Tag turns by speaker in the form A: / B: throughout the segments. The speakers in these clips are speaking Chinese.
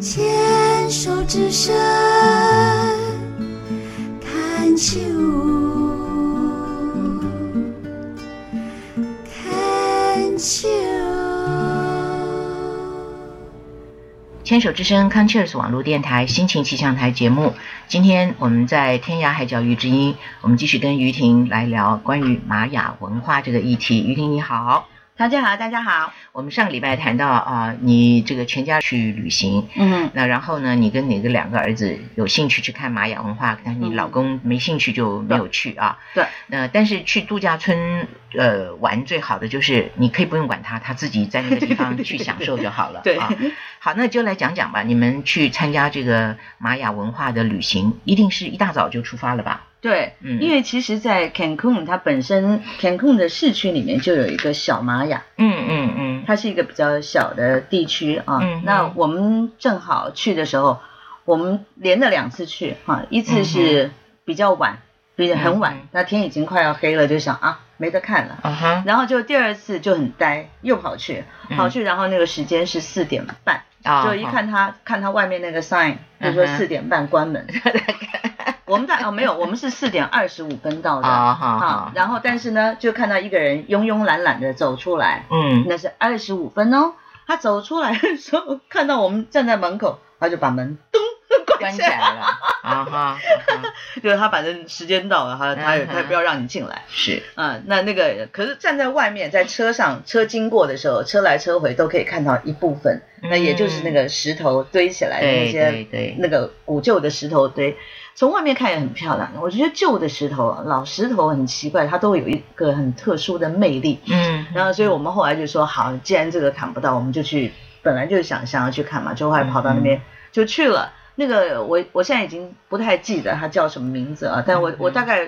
A: 牵手之声，看秋。看秋。
B: 牵手之声 c o n c h e r s 网络电台心情气象台节目，今天我们在天涯海角遇知音，我们继续跟于婷来聊关于玛雅文化这个议题。于婷你好，
C: 大家好，大家好，
B: 我们上个礼拜谈到啊、你这个全家去旅行，
C: 嗯，
B: 那然后呢，你跟你的两个儿子有兴趣去看玛雅文化，但是你
C: 嗯
B: 老公没兴趣就没有去啊。
C: 对。
B: 那但是去度假村呃玩最好的就是你可以不用管他，他自己在那个地方
C: 对对对
B: 去享受就好了。
C: 对
B: 啊。好，那就来讲讲吧，你们去参加这个玛雅文化的旅行，一定是一大早就出发了吧？
C: 对，
B: 嗯，
C: 因为其实，在 Cancun 它本身 Cancun 的市区里面就有一个小玛雅，
B: 嗯嗯嗯，
C: 它是一个比较小的地区啊。
B: 嗯哼
C: 那我们正好去的时候，我们连着两次去哈、一次是比较晚，比很
B: 嗯
C: 晚，
B: 哼
C: 那天已经快要黑了，就想啊没得看了。
B: 啊哈，
C: 然后就第二次就很呆，又跑去，
B: 嗯
C: 跑去，然后那个时间是四点半，
B: 啊，
C: 就一
B: 好，
C: 看他看他外面那个 sign，就说
B: 嗯哼
C: 四点半关 门。我们在哦没有，我们是四点二十五分到的
B: 啊好
C: 啊
B: 好，。
C: 然后但是呢，就看到一个人慵慵懒懒的走出来，
B: 嗯，
C: 那是二十五分哦。他走出来的时候，看到我们站在门口，他就把门咚
B: 关
C: 关
B: 起
C: 起来。
B: 来了，啊哈，啊哈
C: 就是他反正时间到了，他他也
B: 嗯哼
C: 他也不要让你进来。
B: 是，
C: 啊，那那个可是站在外面，在车上车经过的时候，车来车回都可以看到一部分， 那也就是那
B: 嗯
C: 个石头堆起来的那
B: 对对
C: 些
B: 对，
C: 那个古旧的石头堆，从外面看也很漂亮。我觉得旧的石头啊，老石头很奇怪，它都有一个很特殊的魅力。
B: 嗯，
C: 然后，所以我们后来就说，好，既然这个看不到，我们就去，本来就想想要去看嘛，就后来跑到那
B: 嗯
C: 边、就去了。那个我我现在已经不太记得它叫什么名字啊，但我、
B: 嗯嗯
C: 我大概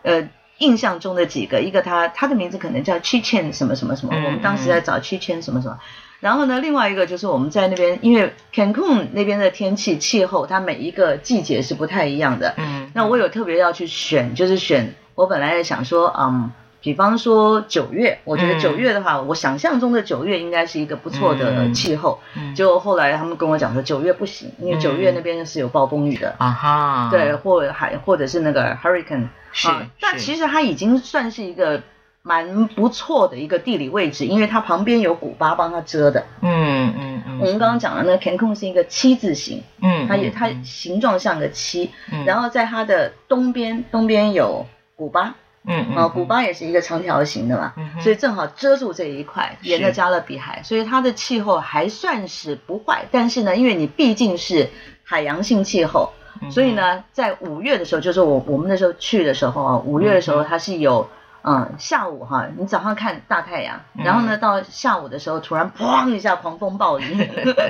C: 呃印象中的几个，一个它它的名字可能叫 Chichen 什么什么什么，
B: 嗯
C: 我们当时在找 Chichen 什么什么。然后呢，另外一个就是我们在那边，因为 Cancun 那边的天气气候，它每一个季节是不太一样的，
B: 嗯，
C: 那我有特别要去选，就是选我本来想说，嗯，比方说九月，我觉得
B: 嗯
C: 九月的话，我想象中的九月应该是一个不错的
B: 嗯
C: 气候。
B: 嗯
C: 就后来他们跟我讲说，九月不行，因为九月那边是有暴风雨的，
B: 啊哈，
C: 对，，或还或者是那个 hurricane
B: 是
C: 啊，但
B: 是
C: 其实它已经算是一个蛮不错的一个地理位置，因为它旁边有古巴帮它遮的。
B: 嗯嗯嗯，
C: 我们刚刚讲的那个 Cancun 是一个七字形，
B: 嗯，
C: 它也它
B: 嗯，
C: 形状像个七，
B: 嗯
C: 然后在它的东边，东边有古巴，
B: 嗯
C: 啊，古，巴也是一个长条形的嘛，
B: 嗯哼
C: 所以正好遮住这一块，
B: 是
C: 沿着加勒比海，所以它的气候还算是不坏。但是呢，因为你毕竟是海洋性气候，
B: 嗯
C: 所以，呢，在五月的时候，就是我我们那时候去的时候啊，五月的时候它是有。嗯，下午哈，你早上看大太阳，
B: 嗯
C: 然后呢，到下午的时候突然砰一下狂风 暴雨，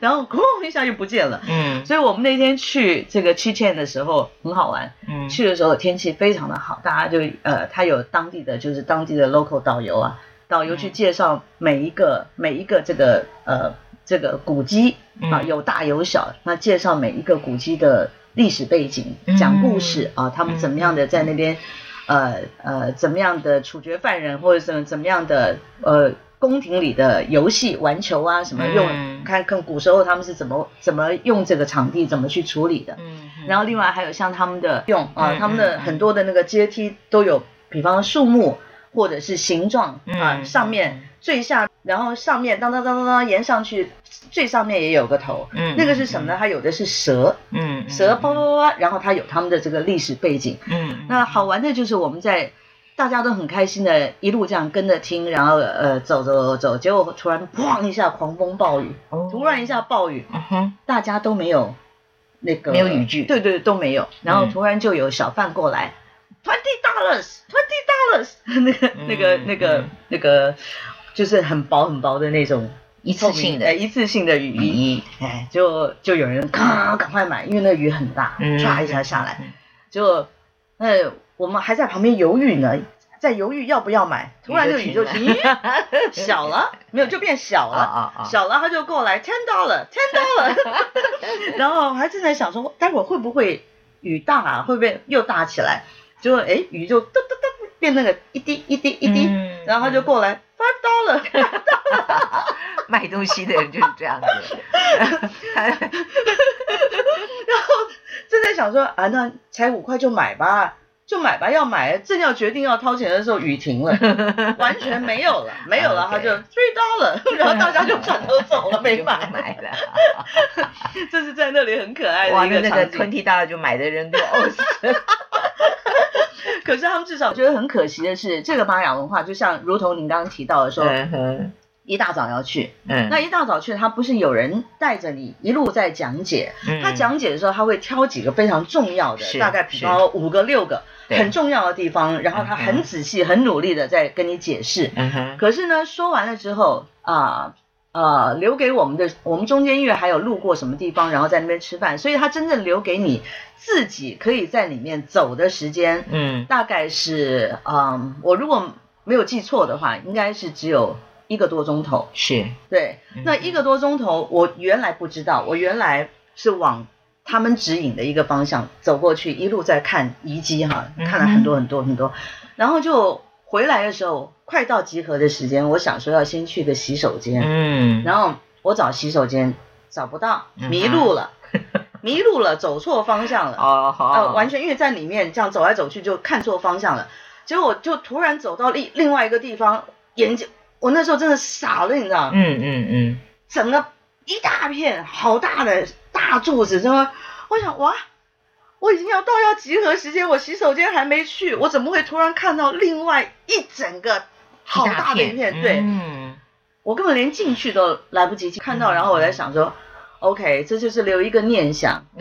C: 然后哐一下就不见了。
B: 嗯
C: 所以我们那天去这个 Chichen 的时候很好玩，
B: 嗯，
C: 去的时候天气非常的好，大家就呃，他有当地的就是当地的 local 导游啊，导游去介绍每一个、每一个这个呃这个古迹
B: 嗯
C: 啊，有大有小，那介绍每一个古迹的历史背景
B: 嗯，
C: 讲故事啊，他们怎么样的在那边。呃呃，怎么样的处决犯人，或者怎么怎么样的呃宫廷里的游戏玩球啊，什么用、
B: 嗯
C: 看看古时候他们是怎么怎么用这个场地怎么去处理的，
B: 嗯，嗯
C: 然后另外还有像他们的用啊、
B: 嗯
C: 他们
B: 嗯
C: 的
B: 嗯
C: 很多的那个阶梯都有，比方说树木或者是形状啊、
B: 嗯
C: 上面最下，然后上面当当当当当沿上去，最上面也有个头。
B: 嗯
C: 那个是什么呢？？它有的是蛇，
B: 嗯，嗯
C: 蛇叭叭，叭叭，然后它有他们的这个历史背景。
B: 嗯，
C: 那好玩的就是我们在大家都很开心的一路这样跟着听，然后呃走走走走，结果突然砰一下狂风暴雨，
B: 哦
C: 突然一，下暴雨，
B: 嗯哼，
C: 大家都没有那个
B: 没有语句
C: 对对都没有。然后
B: 嗯
C: 突然就有小贩过来，twenty dollars，twenty dollars，那 个那个那个
B: 嗯
C: 那个，就是很薄很薄的那种
B: 一次性
C: 透明
B: 的，
C: 呃一次性的雨衣，
B: 一，
C: 哎，就就有人咔赶快买，因为那雨很大，
B: 嗯
C: 唰一下下来，就那我们还在旁边犹豫呢。在犹豫要不要买，突然那个雨就停，咦小了，没有就变小
B: 啊
C: 了，
B: 啊啊，
C: 小了他就过来 ten dollar ten dollar，然后我还正在想说，待会儿会不会雨大啊？会不会又大起来？结果哎鱼就噔噔噔变那个一滴一滴一滴，
B: 嗯
C: 然后他就过来发刀了，
B: 卖东西的人就是这样子。
C: 正在想说啊那才五块就买吧。就买吧，要买，正要决定要掏钱的时候，雨停 了，完全没有了，没有了，他就
B: OK
C: three 刀 了， 然后大家就转头走了，没
B: 就
C: 买
B: 不。买了。
C: 这是在那里很可爱
B: 哇，
C: 的一
B: 那那个
C: 场景。
B: 吞剃刀就买的 人都哦呕死。
C: 可是他们至少觉得很可惜的是，这个玛雅文化就像如同您刚刚提到的说，
B: 嗯哼
C: 一大早要去，
B: 嗯，
C: 那一大早去，他不是有人带着你一路在讲解，
B: 嗯
C: 他讲解的时候，他会挑几个非常重要的，
B: 是
C: 大概比方说五个六个
B: 嗯对
C: 很重要的地方，然后他
B: 嗯
C: 很
B: 哼
C: 仔细、很努力的在跟你解释。
B: 嗯哼
C: 可是呢，说完了之后啊。呃，留给我们的，我们中间因为还有路过什么地方，然后在那边吃饭，所以他真正留给你自己可以在里面走的时间，
B: 嗯
C: 大概是，嗯，我如果没有记错的话，应该是只有一个多钟头。
B: 是
C: 对
B: 嗯，
C: 那一个多钟头，我原来不知道，我原来是往他们指引的一个方向走过去，一路在看遗迹哈，
B: 嗯
C: 看了很多很多很多，然后就回来的时候，快到集合的时间，我想说要先去个洗手间，
B: 嗯，
C: 然后我找洗手间找不到，
B: 嗯
C: 迷路 了，迷路了，走错方向了。
B: 哦好，
C: 呃，完
B: 全
C: 全因为在里面这样走来走去就看错方向了，结果我就突然走到另另外一个地方，眼睛我那时候真的傻了，你知道吗？
B: 嗯嗯嗯
C: 整个一大片好大的大柱子，什么？我想哇，我已经要到要集合时间，我洗手间还没去，我怎么会突然看到另外一整个好大的一片？对、
B: 嗯
C: 我根本连进去都来不及看到，
B: 嗯
C: 然后我在想说。OK，这就是留一个念想，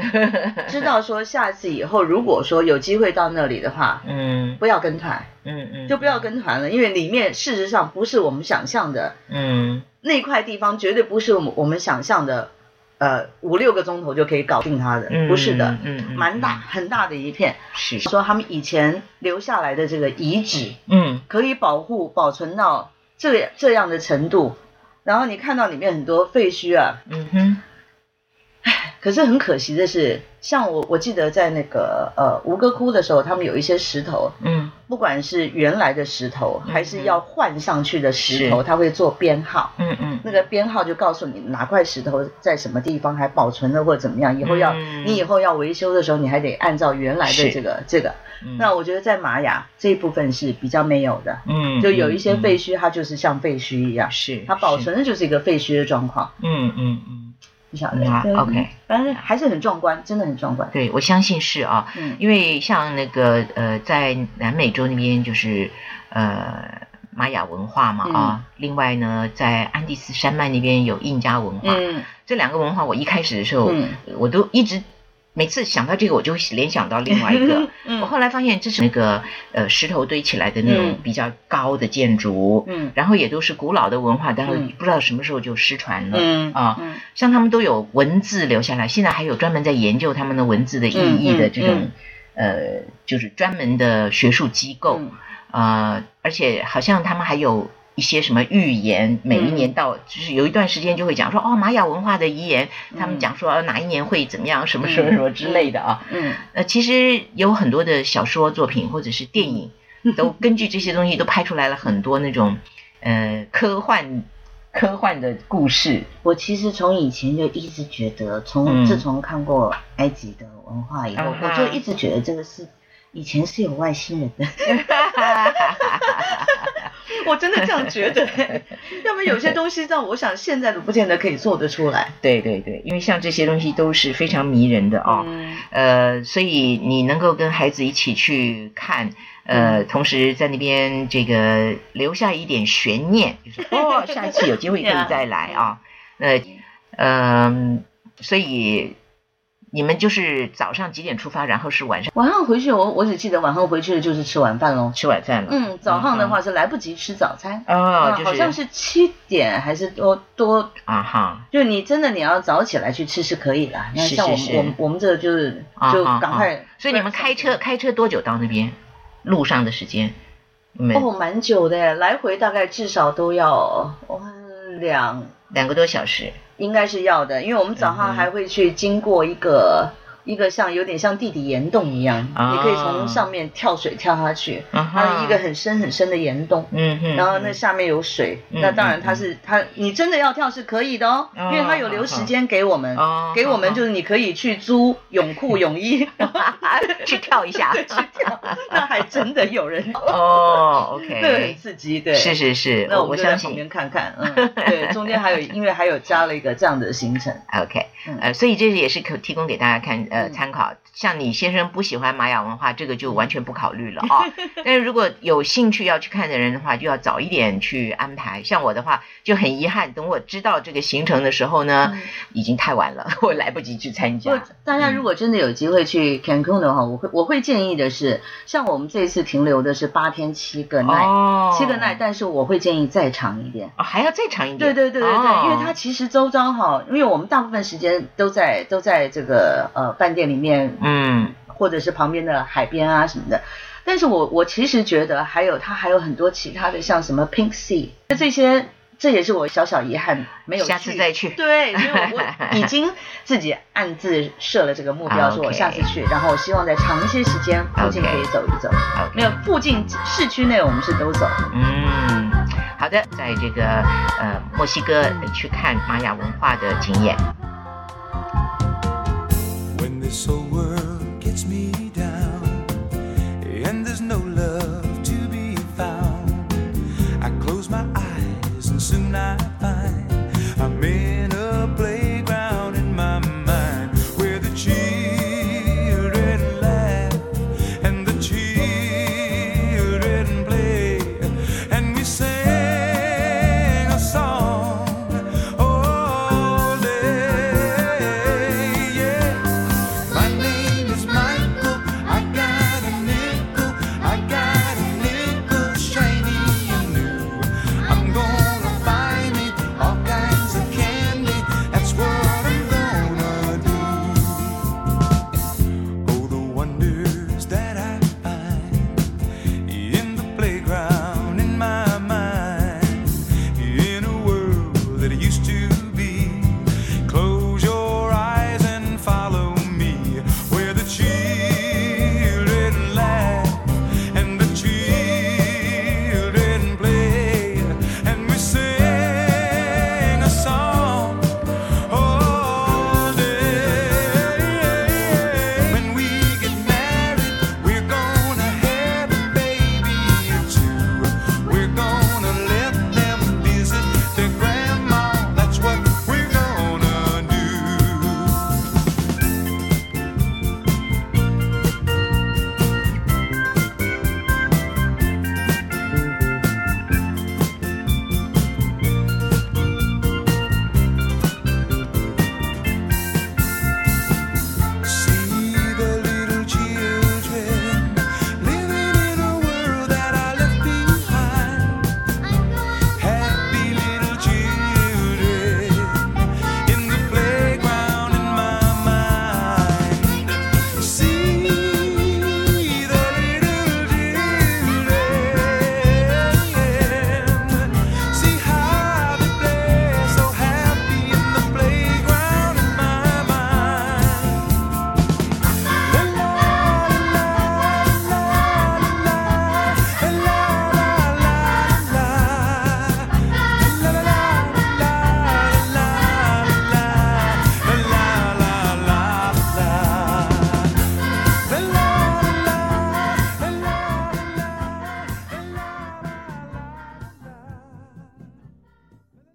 C: 知道说下次以后如果说有机会到那里的话，
B: 嗯
C: 不要跟团，
B: 嗯嗯，
C: 就不要跟团了，因为里面事实上不是我们想象的
B: 嗯
C: 那块地方，绝对不是我们我们想象的，呃，五六个钟头就可以搞定它的，
B: 嗯
C: 不是的，
B: 嗯嗯
C: 蛮大很大的一片。
B: 是
C: 说他们以前留下来的这个遗址，
B: 嗯
C: 可以保护保存到这这样的程度，然后你看到里面很多废墟啊，
B: 嗯哼
C: 可是很可惜的是，像我我记得在那个呃吴哥窟的时候，他们有一些石头，
B: 嗯
C: 不管是原来的石头，
B: 嗯
C: 还是要换上去的石
B: 是
C: 头，它会做编号。
B: 嗯嗯
C: 那个编号就告诉你哪块石头在什么地方还保存了或者怎么样，以后要、
B: 嗯
C: 你以后要维修的时候，你还得按照原来的
B: 是
C: 这个这个。
B: 嗯
C: 那我觉得在玛雅这一部分是比较没有的，
B: 嗯
C: 就有一些废
B: 墟
C: 墟，它就是像废墟一样，
B: 是
C: 它保
B: 是
C: 存的就是一个废墟的状况。
B: 嗯嗯嗯
C: 你晓
B: 嗯
C: 得
B: 啊
C: 对
B: OK
C: 反正还是很壮观，真的很壮观。
B: 对我相信是啊，
C: 嗯
B: 因为像那个呃，在南美洲那边就是呃玛雅文化嘛
C: 嗯
B: 啊，另外呢，在安第斯山脉那边有印加文化，
C: 嗯
B: 这两个文化我一开始的时候、
C: 嗯
B: 我都一直每次想到这个我就会联想到另外一 个，
C: 嗯
B: 我后来发现这是那个呃石头堆起来的那种
C: 嗯
B: 比较高的建筑，
C: 嗯
B: 然后也都是古老的文化，但是
C: 嗯
B: 不知道什么时候就失传了。
C: 嗯
B: 啊
C: 嗯
B: 像他们都有文字留下来，现在还有专门在研究他们的文字的意义的这种
C: 嗯，
B: 呃，就是专门的学术机构，
C: 嗯
B: 呃，而且好像他们还有一些什么预言，每一年到、就是有一段时间就会讲说，哦，玛雅文化的遗言，他们讲说、呃哪一年会怎么样，什么什么什么之类的啊。
C: 嗯
B: 呃，其实有很多的小说作品或者是电影，都根据这些东西都拍出来了很多那种，呃，科幻科幻的故事。
C: 我其实从以前就一直觉得，从、
B: 嗯
C: 自从看过埃及的文化以后，
B: 嗯哼
C: 我就一直觉得这个是以前是有外星人 的。我真的这样觉得、 要不然有些东西让我想现在都不见得可以做得出来。
B: 对对对，因为像这些东西都是非常迷人的啊、
C: 嗯
B: 呃，所以你能够跟孩子一起去看，呃，
C: 嗯
B: 同时在那边这个留下一点悬 念，就是哦，下一次有机会可以再来啊。呃，嗯、所以你们就是早上几点出发，然后是晚上
C: 晚上回去我我只记得晚上回去的就是吃晚饭喽。
B: 吃晚饭了。
C: 嗯，早上的话是来不及吃早餐。
B: 哦，
C: 啊
B: 就是
C: 好像是七点还是多多
B: 啊哈，
C: 就你真的你要早起来去吃是可以的，那
B: 是
C: 像我们
B: 是
C: 我们我们这个就是
B: 啊
C: 就
B: 啊
C: 赶
B: 啊
C: 快。
B: 所以你们开车开车多久到那边？路上的时间？你们
C: 哦，蛮久的耶，来回大概至少都要嗯两，
B: 两个多小时。
C: 应该是要的，因为我们早
B: 嗯
C: 上
B: 哼
C: 还会去经过一个一个像有点像地底岩洞一样，
B: 啊
C: 你可以从上面跳水跳下去，
B: 啊哈
C: 它是一个很深很深的岩洞。
B: 嗯哼，
C: 然后那下面有水，
B: 嗯
C: 那当然它是它，你真的要跳是可以的哦，
B: 哦
C: 因为它有留时间给我们，
B: 哦
C: 给我们就是你可以去租泳裤、泳衣， 然后
B: 去跳一下，
C: 对 去跳，那还真的有人，
B: 哦
C: 那个很
B: ，OK，
C: 刺激，对，
B: 是是是，
C: 嗯那我
B: 我
C: 们就在
B: 相
C: 旁边
B: 信
C: 看看， 嗯，对，中间还有因为还有加了一个这样的行程，
B: ，OK，
C: 嗯
B: 呃，所以这也是可提供给大家看呃
C: 嗯
B: 参考。像你先生不喜欢玛雅文化，这个就完全不考虑了 啊。但是如果有兴趣要去看的人的话，就要早一点去安排。像我的话，就很遗憾，等我知道这个行程的时候呢
C: 嗯，
B: 已经太晚了， 我来不及去参
C: 不过
B: 加。
C: 大家如果真的有机会去 Cancun 的话，我会我会建议的是，像我们这一次停留的是八天七个 night，、
B: 哦，
C: 七个 night，但是我会建议再长一点。
B: 哦还要再长一
C: 对
B: 点。
C: 对对对对，
B: 哦
C: 因为它其实周遭哈，因为我们大部分时间都在都在这个呃饭店里面，
B: 嗯
C: 或者是旁边的海边啊什么的。但是我我其实觉得还有它还有很多其他的，像什么 Pink Sea 这些，这也是我小小遗憾没有去。
B: 下次再去
C: 对，因为我我已经自己暗自设了这个目 标，
B: 啊
C: 说我
B: OK
C: 下次去，然后我希望在长一些时间附近
B: OK
C: 可以走一走。
B: ，OK
C: 没有，附近市区内我们是都走。
B: 嗯，好的，在这个呃墨西哥呃去看玛雅文化的景演。
D: When this whole world gets me down and there's no love